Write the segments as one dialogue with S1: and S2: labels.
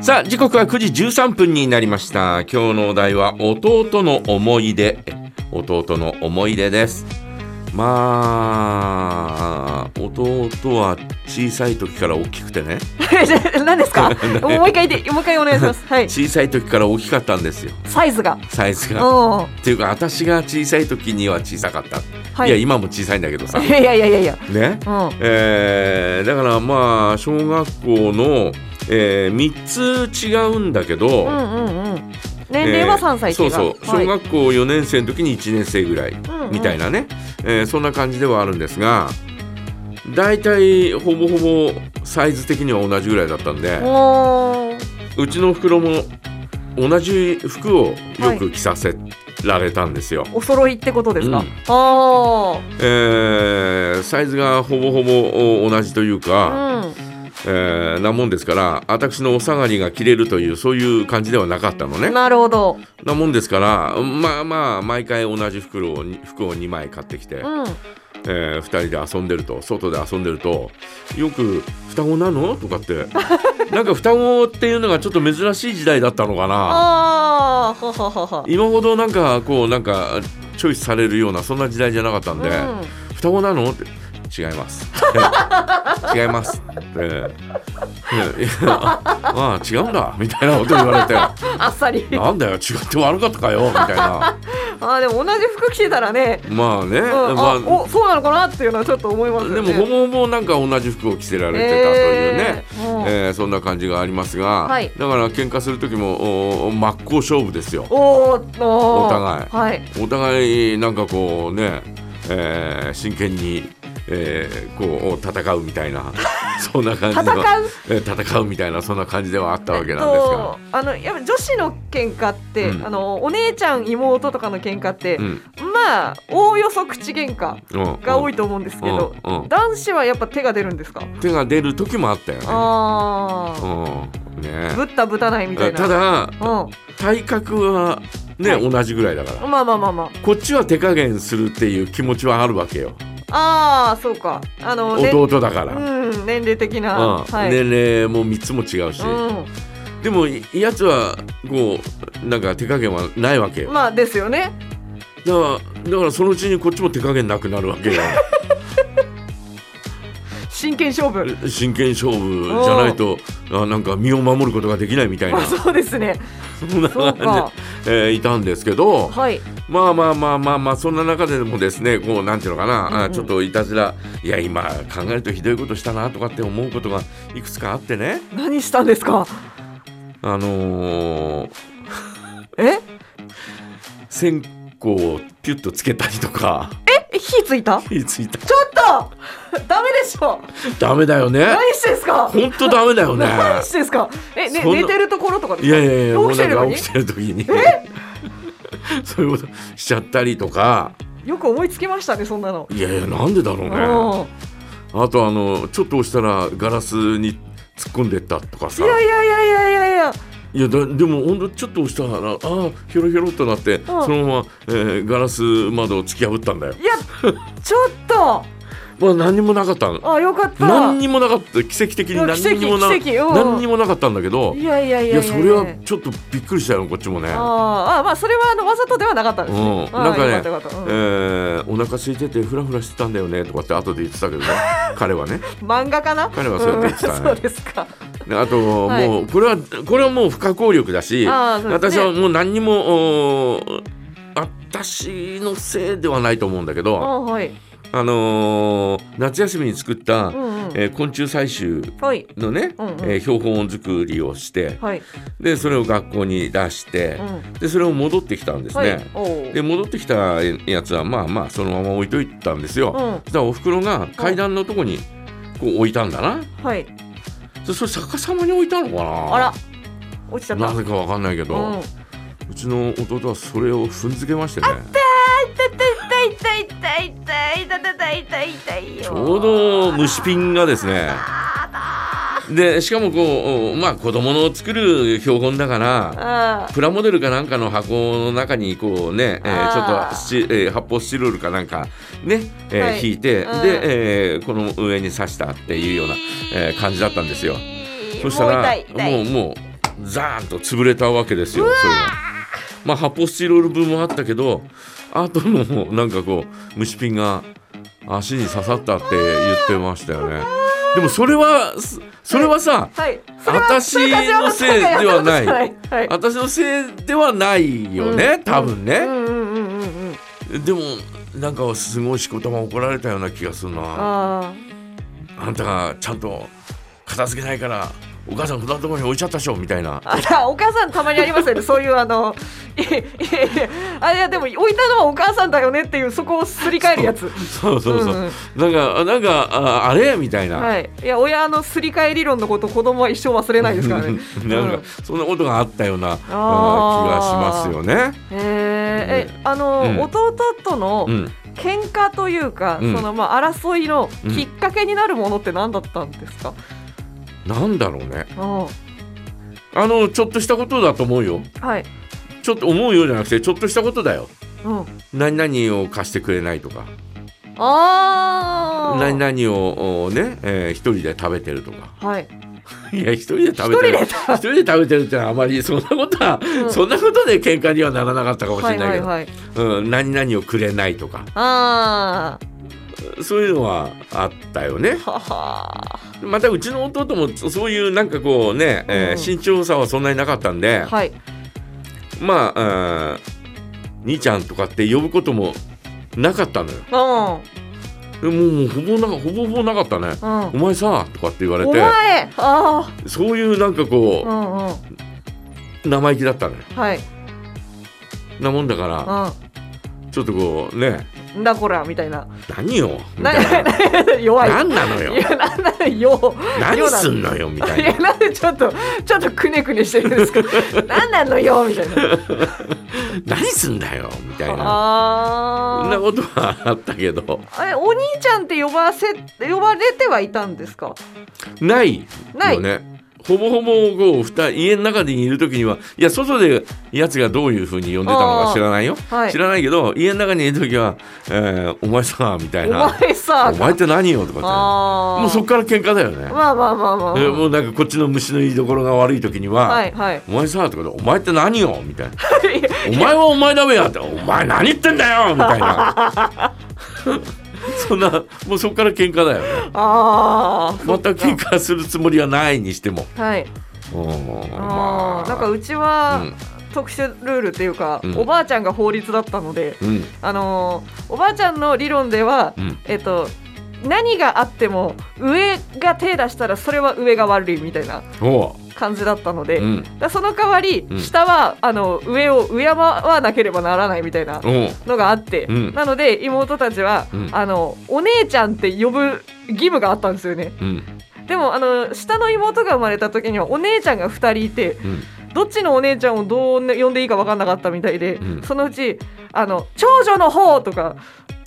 S1: さあ時刻は9時13分になりました今日のお題は弟の思い出弟の思い出ですまあ弟は小さい時から大きくてね
S2: 何です かもう一回言ってもう一回お願いしますはい
S1: 小さい時から大きかったんですよ
S2: サイズが
S1: サイズがっ
S2: お
S1: ていうか私が小さい時には小さかった、、
S2: はいい
S1: や今も小さいんだけどさ
S2: いやいやいやいやいや
S1: ね
S2: うん
S1: えーだからまあ小学校の、え3つ違うんだけど、
S2: うんうんうん年齢は3歳
S1: えー
S2: 違
S1: そううそう
S2: は
S1: 小学校4年生の時に1年生ぐらい
S2: んうん
S1: みたいなね、えーそんな感じではあるんですが大体ほぼほぼサイズ的には同じぐらいだったんで
S2: おー
S1: うちの袋も同じ服をよく着させられたんですよ。
S2: お揃いってことですか、
S1: うん
S2: あ
S1: えーサイズがほぼほぼお同じというか、
S2: あうん
S1: えーなもんですから私のお下がりが着れるというそういう感じではなかったのね。
S2: なるほど。
S1: なもんですからまあまあ毎回同じ袋をに服を2枚買ってきて、
S2: うん。
S1: え2人で遊んでると外で遊んでるとよく「双子なの?」とかって なんか双子っていうのがちょっと珍しい時代だったのかな
S2: ああ、はははは。
S1: 今ほどなんかこうなんかチョイスされるようなそんな時代じゃなかったんで「双子なの?」って「違い ます」「違います」って「ええいや ああ違うんだ」みたいなこと言わ れて「
S2: うん、あっさり。
S1: なんだよ違って悪かったかよ」みたいな。
S2: あーでも同じ服着てたらね。
S1: まあね、
S2: うん、
S1: ま
S2: あ
S1: あ、
S2: おそうなのかなっていうのはちょっと思います
S1: で
S2: よね。
S1: もほぼほぼなんか同じ服を着せられてたというね、
S2: えーうん
S1: えーそんな感じがありますが、
S2: はい
S1: だから喧嘩する時もお真っ向勝負ですよ
S2: おーお
S1: お互い
S2: はい。
S1: お互いなんかこうね、えー真剣に、えーこう戦うみたい なそんな感じの
S2: 戦う
S1: えー戦うみたいなそんな感じではあったわけ
S2: えっ
S1: なんです
S2: と
S1: が、
S2: あのやっぱ女子の喧嘩って、
S1: うん
S2: あのお姉ちゃん妹とかの喧嘩って、
S1: うん
S2: まあおおよそ口喧嘩
S1: うん
S2: が多いと思うんですけど、
S1: うんうん
S2: 男子はやっぱ手が出るんですか、
S1: 手が出る時もあったよね。
S2: ああ、
S1: うんね
S2: ぶったぶたないみたいな
S1: ただ
S2: うん
S1: 体格はね、
S2: はい
S1: 同じぐらいだから。
S2: まあまあまあま
S1: こっちは手加減するっていう気持ちはあるわけよ
S2: あ。ああ、そうか。あの、ね、
S1: 弟だか
S2: う
S1: ら、
S2: ん、年齢的な。
S1: うん
S2: はい。
S1: 年齢も3つも違うし、
S2: う
S1: でもいやつはこうなんか手加減はないわけよ
S2: ん、まあですよね。
S1: だからだからそのうちにこっちも手加減なくなるわ けよ
S2: 真剣勝負。
S1: 真剣勝負じゃないとあなんか身を守ることができないみたいな
S2: あそうですね。
S1: そんな
S2: そう
S1: 感
S2: か。
S1: じで、えーいたんですけど
S2: はい。
S1: まあまあまあまあまあそんな中でもですねこうなんていうのかな、
S2: うんうん
S1: あちょっといたずらいや今考えるとひどいことしたなとかって思うことがいくつかあってね
S2: 何したんですか。
S1: あのー、
S2: え、
S1: 線香をピュッとつけたりとか
S2: え火ついた。ち
S1: 火ついた
S2: ょっと。 ダメでしょ
S1: ダメだよね
S2: 何してんすか。
S1: 本当ダメだよ ね
S2: 何してんすか。え、ね、
S1: そんな
S2: 寝てるところとかです
S1: い
S2: か。
S1: やいやいやも
S2: 起
S1: う
S2: きて
S1: なんか
S2: るのに
S1: 起。きてる時に そういうことしちゃったりとか
S2: よく思いつきましたね、そんなの。
S1: いやいやなんでだろう
S2: う
S1: ね
S2: ん。
S1: あとあのちょっと押したらガラスに突っ込んでったとか
S2: い
S1: さ
S2: やいやいやいやいやいや。
S1: いやだでもほんとちょっと押したらああひょろひょろっとなって、そのまま、えーガラス窓を突き破ったんだよ
S2: いや。ちょっと。
S1: まあ何にもなかったの
S2: あ、よかった。
S1: 何にもなかった奇跡的に何にもな
S2: 奇跡奇跡うん
S1: 何にもなかったんだけど
S2: いやいやい
S1: い
S2: やいや
S1: やそれはちょっとびっくりしたよこっちもね。
S2: あーあまあそれはあのわざとではなかったん
S1: う
S2: ですね。
S1: ん、
S2: あー
S1: なんかね、
S2: よったよかった
S1: えーお腹空いててフラフラしてたんだよねとかって後で言ってた けどね彼はね
S2: うん漫画かな。
S1: 彼はそうやって言ってたね
S2: うんそうですか。
S1: であと、
S2: はい
S1: もうこれはこれはもう不可抗力だし、
S2: あーそうです
S1: 私
S2: ね
S1: はもう何にもおー私のせいではないと思うんだけ
S2: あ
S1: ど、
S2: ーはい。
S1: あのー夏休みに作った、
S2: うんうん。
S1: えー昆虫採集
S2: はい
S1: のね、
S2: うんうん
S1: えー標本作りをして、
S2: はい。
S1: でそれを学校に出して、でそれを戻ってきたんです
S2: は
S1: ね、
S2: い。おー
S1: で戻ってきたやつはまあまあそのまま置いといたんですよ、
S2: うん
S1: そしたらおふくろが階段のとこにこう置いたんだな
S2: はい。
S1: そそれ逆さまに置いたのかな
S2: あら落ちちゃった。
S1: なぜかわかんないけど、う
S2: うん。
S1: ちの弟はそれを踏んづけましてね
S2: 痛い痛い痛い痛い痛い痛い痛い痛いよ。
S1: ちょうど虫ピンがですねでしかもこうまあ子供の作る標本だから
S2: あ
S1: プラモデルかなんかの箱の中にこうね、えー
S2: あー
S1: ちょっとスチ、えー発泡スチロールかなんかね、えー
S2: はい
S1: 引いて、
S2: うん
S1: で、えーこの上に刺したっていうような、えー感じだったんですよ。
S2: ー
S1: そしたら
S2: もう痛い痛い。
S1: もうもうザーンと潰れたわけですよそれがまあ発泡スチロール分もあったけどあとのなんかこう虫ピンが足に刺さったって言ってましたよねでもそれはすそれはさ
S2: はい。
S1: 私のせいではない
S2: はい。はい。
S1: 私のせいではないよね、多分
S2: う
S1: ね、
S2: んうんうんうんうん。
S1: でもなんかすごいしこたま怒られたような気がするなあ
S2: あ
S1: んたがちゃんと片付けないからお母さんこんなところに置いちゃったでしょみたいな
S2: あ。あら、お母さんたまにありますよね。そういうあの。いやいやいやあ、いや、でも、置いたのはお母さんだよねっていう、そこをすり替えるやつ。
S1: そうそうそう、
S2: うん
S1: なんかあなんかああれみたいな、
S2: はい。いや、親のすり替え理論のこと、子供は一生忘れないですからね。
S1: なんか、
S2: うん
S1: そんなことがあったようなうん気が
S2: あ
S1: します
S2: ー
S1: よね。
S2: へえ、え、あの、
S1: うん
S2: 弟との
S1: うん、
S2: 喧嘩というか、
S1: うん
S2: そのまあ争いのきっかけになるものって何だったんですか。
S1: なんだろうね。
S2: あ
S1: あのちょっとしたことだと思うよ。
S2: あはい。
S1: ちょっと思うよじゃなくてちょっとしたことだよ。
S2: うん。
S1: 何々を貸してくれないとか、
S2: ああ。
S1: 何々をおね、えー一人で食べてるとか。
S2: はい。
S1: いや一人で食べ
S2: 一人
S1: てる
S2: で。
S1: 一人で食べてるってのはあまりそんなことは、
S2: うん
S1: そんなことで喧嘩にはならなかったかもし
S2: は
S1: れ
S2: い
S1: ない
S2: は
S1: け
S2: い
S1: ど、
S2: はい。
S1: うん、何々をくれないとか
S2: あ
S1: そういうのはあったよね。
S2: あ。はは。
S1: またうちの弟もそそういうなんかこうね、えー
S2: う
S1: 身長差はそんなになかったんで、
S2: はい。
S1: まあ、うん兄ちゃんとかって呼ぶこともなかったのよ。
S2: う
S1: も
S2: ん。
S1: うもうほぼなほぼほぼなかったね。
S2: うん
S1: お。前さとかって言われ
S2: お
S1: て
S2: 前。あ
S1: そういうなんか
S2: あ。
S1: こ
S2: うんうん。
S1: う生意気だったのよ。
S2: はい。
S1: なもんだからちょっとこうね
S2: うん。だこらみたいな。
S1: 何よみ
S2: な
S1: たいな。
S2: 弱い。
S1: 何なの
S2: い
S1: よ
S2: やなんだよ。
S1: 何すんのよみたい
S2: いや
S1: な。
S2: なんでちょっとちょっとくねくねしてるんですか。 何なのよみたいな。
S1: 何すんだよみたいな。そんな
S2: あ
S1: ことはあったけど
S2: あ。えお兄ちゃんって呼ばせ呼ばれてはいたんですか。
S1: ない
S2: ない
S1: よね。ほぼほぼこう二人家の中にいる時にはいや外でやつがどういうふうに呼んでたのか知らないよ、
S2: はい
S1: 知。らないけど家の中にいる時は「えーお前さ」みたい
S2: お
S1: な「
S2: 前さ
S1: お。前って何よ」とかって
S2: ああ。
S1: もうそっから喧嘩だよね、
S2: まあまあまあまあ。
S1: えーもうなんかこっちの虫の居所が悪い時には「
S2: はいはい。
S1: お前さ」とかで「お前って何よ」みたいな「お前はお前だべや」って「お前何言ってんだよ」みたいな そんなもうそっから喧嘩だよね
S2: ああ。
S1: また喧嘩するつもりはないにしても。
S2: はい。
S1: うんま
S2: あ
S1: あ
S2: ーなんかうちは、
S1: うん
S2: 特殊ルールっていうか、
S1: うん
S2: おばあちゃんが法律だったので、
S1: うん
S2: あのーおばあちゃんの理論では、
S1: うん
S2: えっと何があっても上が手出したらそれは上が悪いみたいな
S1: お
S2: 感じだったので、
S1: ううん
S2: だその代わり、
S1: うん
S2: 下はあの上を敬わなければならないみたいな
S1: おう
S2: のがあって、
S1: うん
S2: なので妹たちは、
S1: うん
S2: あのお姉ちゃんって呼ぶ義務があったんですよね
S1: うん
S2: でもあの下の妹が生まれた時にはお姉ちゃんが2人いて、
S1: うん
S2: どっちのお姉ちゃんをどう呼んでいいか分かんなかったみたいで、
S1: うん
S2: そのうちあの長女の方とか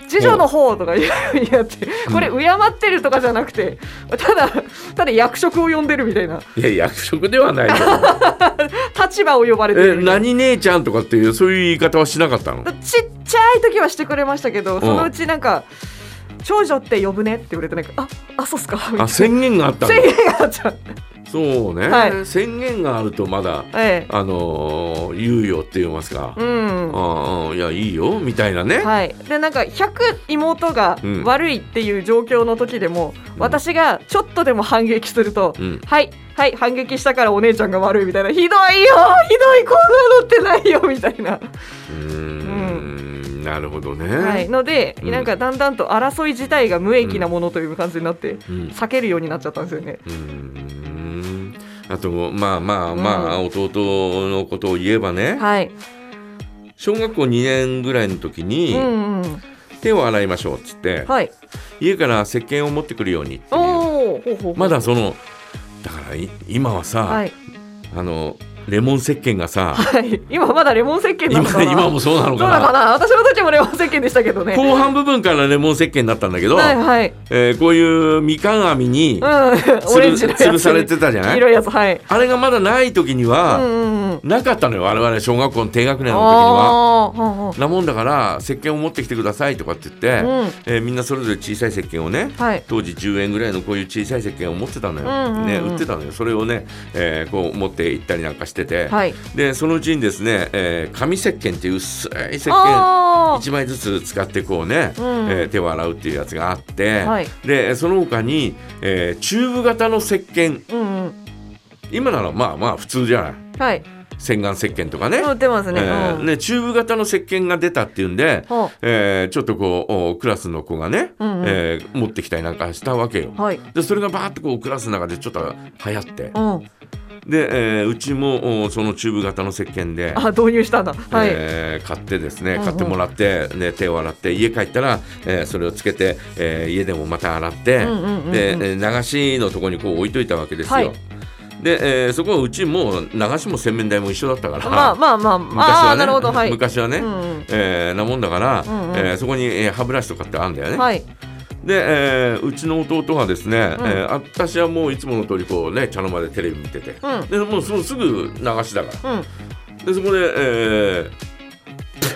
S2: 次女の方とか言うやってこれ敬ってるとかじゃなくてただただ役職を呼んでるみたいない
S1: や役職ではない けど
S2: 立場を呼ばれて
S1: え
S2: るみたいな。
S1: 何姉ちゃんとかっていうそういう言い方はしなかったの
S2: だちっちゃい時はしてくれましたけどそのうちなんか「長女って呼ぶね」って言われてなんか「ああそうっすか」みたいな
S1: あ宣言があったんだ
S2: 宣言があっちゃう
S1: そうね、
S2: はい
S1: 宣言があるとまだ
S2: ええ
S1: あのー、言うよって言いますか、
S2: うん
S1: ああいやいいよみたいなね、
S2: はい、でなんか100妹が
S1: うん
S2: 悪いっていう状況の時でも、
S1: ん
S2: 私がちょっとでも反撃すると、
S1: うん
S2: はいはい反撃したからお姉ちゃんが悪いみたいなひどいよひどいこんなのってないよみたいな、
S1: うーんなるほどね、
S2: はい、ので、
S1: うん
S2: なんかだんだんと争い自体が無益なものという感じになって、
S1: うん
S2: 避けるようになっちゃったんですよね。
S1: うーんあとまあまあまあ、
S2: う
S1: 弟のことを言えばね、
S2: はい、
S1: 小学校2年ぐらいの時
S2: う
S1: に、
S2: んうん、
S1: 手を洗いましょうっつって、
S2: はい、
S1: 家から石鹸を持ってくるようにっていう
S2: おお、ほうほう
S1: まだそのだからい今はさ、
S2: はい、
S1: あのレモン石鹸がさ
S2: はい、今まだレモン石鹸な
S1: 今
S2: のかな。
S1: 今もそうな
S2: そ
S1: の
S2: う
S1: か
S2: な
S1: な
S2: のかな、私の時もレモン石鹸でしたけどね。
S1: 後半部分からレモン石鹸になったんだけど、
S2: はいはい、
S1: えーこういうみかん網に
S2: うん、
S1: つ
S2: オ
S1: る
S2: レンジのやつに
S1: 吊るされてたじゃな
S2: 黄
S1: い
S2: 色いやつはい。
S1: あれがまだない時に
S2: うん
S1: は、
S2: ううん
S1: なかったのよ我々小学校の低学年の時には。
S2: あーうんうん
S1: なもんだから石鹸を持ってきてくださいとかって言って、
S2: うん
S1: えーみんなそれぞれ小さい石鹸をね、
S2: はい
S1: 当時10円ぐらいのこういう小さい石鹸を持ってたのよ、
S2: うんうんうん
S1: ね、売ってたのよそれをね、えーこう持って行ったりなんかしてて、
S2: はい
S1: でそのうちにですね、えー紙石鹸っていう薄い石鹸
S2: あー
S1: 1枚ずつ使ってこうね、
S2: うん
S1: えー手を洗うっていうやつがあって、
S2: はい
S1: でその他に、えーチューブ型の石鹸
S2: うんうん
S1: 今ならまあまあ普通じゃない
S2: はい
S1: 洗顔石鹸とかね,、
S2: 売ってます
S1: え
S2: ね,うん、
S1: ーねチューブ型の石鹸が出たっていうんで、
S2: は
S1: えーちょっとこうおクラスの子がね、
S2: うんうん
S1: えー持ってきたりなんかしたわけよ。
S2: はい
S1: でそれがバーってこうクラスの中でちょっと流行って
S2: うん
S1: で、えーうちもおそのチューブ型の石鹸で
S2: あ導入したんだはい、
S1: えー買ってですね
S2: うんうん
S1: 買ってもらって、ね、手を洗って家帰ったら、えーそれをつけて、えー家でもまた洗って、
S2: うんうんうんうん
S1: でえー流しのとこにこう置いといたわけですよ。
S2: はい
S1: で、えーそこはうちもう流しも洗面台も一緒だったから、
S2: まあまあまあま
S1: 昔
S2: あ、あ
S1: は
S2: ー
S1: ね
S2: なるほどはい
S1: 昔はね、
S2: うんうん
S1: えーなもんだから、
S2: うんうん
S1: えーそこに、えー歯ブラシとかってあるんだよね。
S2: はい
S1: で、えーうちの弟がですね、え
S2: うん
S1: ー私はもういつもの通りこうね茶の間でテレビ見てて、
S2: うん
S1: でもうそのすぐ流しだから。
S2: うん
S1: でそこで、えー、こ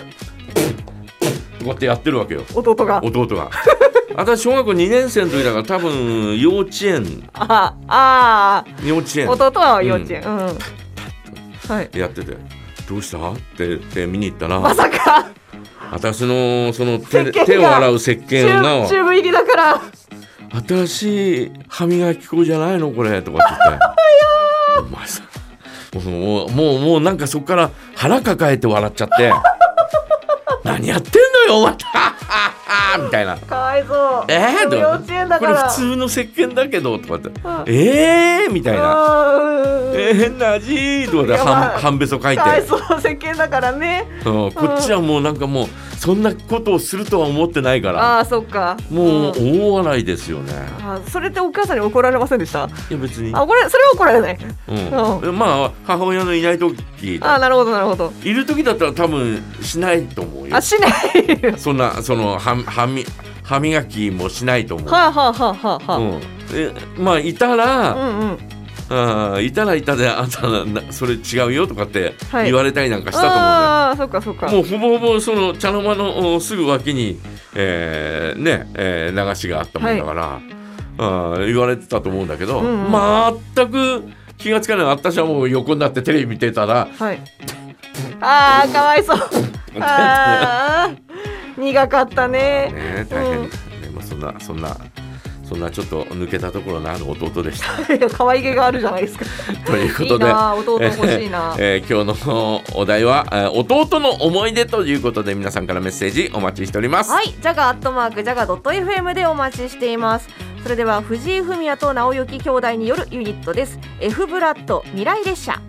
S1: うやってやってるわけよ
S2: 弟が
S1: 弟 が私小学校2年生の時だから多分幼稚園
S2: ああ
S1: 幼稚園
S2: ー弟は幼稚園うん、はい
S1: やってて「どうした?」って言って見に行ったら
S2: まさか
S1: 私のその手
S2: 石鹸が
S1: 手を洗う石
S2: チュ
S1: 鹸
S2: ーブチュ
S1: が
S2: ーブ入りだから
S1: 「私歯磨き粉じゃないのこれ」とかって言ってお前さもうもうもうなんかそこから腹抱えて笑っちゃって「何やってんのよお前」 みたいな。
S2: かわいそう
S1: えー
S2: でも
S1: と
S2: 幼稚園だ
S1: こ
S2: か
S1: れ
S2: ら
S1: 普通の石鹸だけどとかって
S2: ん
S1: 「えー!」みたいな「
S2: う
S1: え
S2: ーん
S1: ー、変な味!」とかで
S2: やばい
S1: 半半べそ書いて
S2: かわいそう世間だからね
S1: うんこっちはもうなんかもうそんなことをするとは思ってないから
S2: ああーそっか
S1: もうん大笑いですよね
S2: あーそれってお母さんに怒られませんでした
S1: いや別に、
S2: あこれそれは怒られない
S1: うんまあ母親のいない時
S2: あーなるほどなるほど
S1: いる時だったら多分しないと思うよ
S2: あしない
S1: そんなそのははみ歯磨きもしないと思う、
S2: はあはあはあはあ、
S1: う
S2: は
S1: ん、えまあいたら、
S2: あうんうん
S1: あーいたらいたであんたななそれ違うよとかって
S2: はい
S1: 言われたりなんかしたと思うんだよ、
S2: ああーそっかそっか
S1: もうほぼほぼその茶の間のおすぐ脇に、えーねえー流しがあったもんだから、あー言われてたと思うんだけど、
S2: うんうん
S1: 全く気がつかない私はもう横になってテレビ見てたら
S2: はいああかわ いそうああ苦かったね
S1: ね大変、ねまあ、そんなそんなそんなちょっと抜けたところのある弟でした。
S2: いや可愛げがあるじゃないですか
S1: ということで
S2: いいなあ弟欲しいな
S1: えー今日のお題は、えー弟の思い出ということで皆さんからメッセージお待ちしております。
S3: はい、ジャガアットマークジャガドット FM でお待ちしています。それでは藤井フミヤと直行兄弟によるユニットです。F ブラッド未来列車。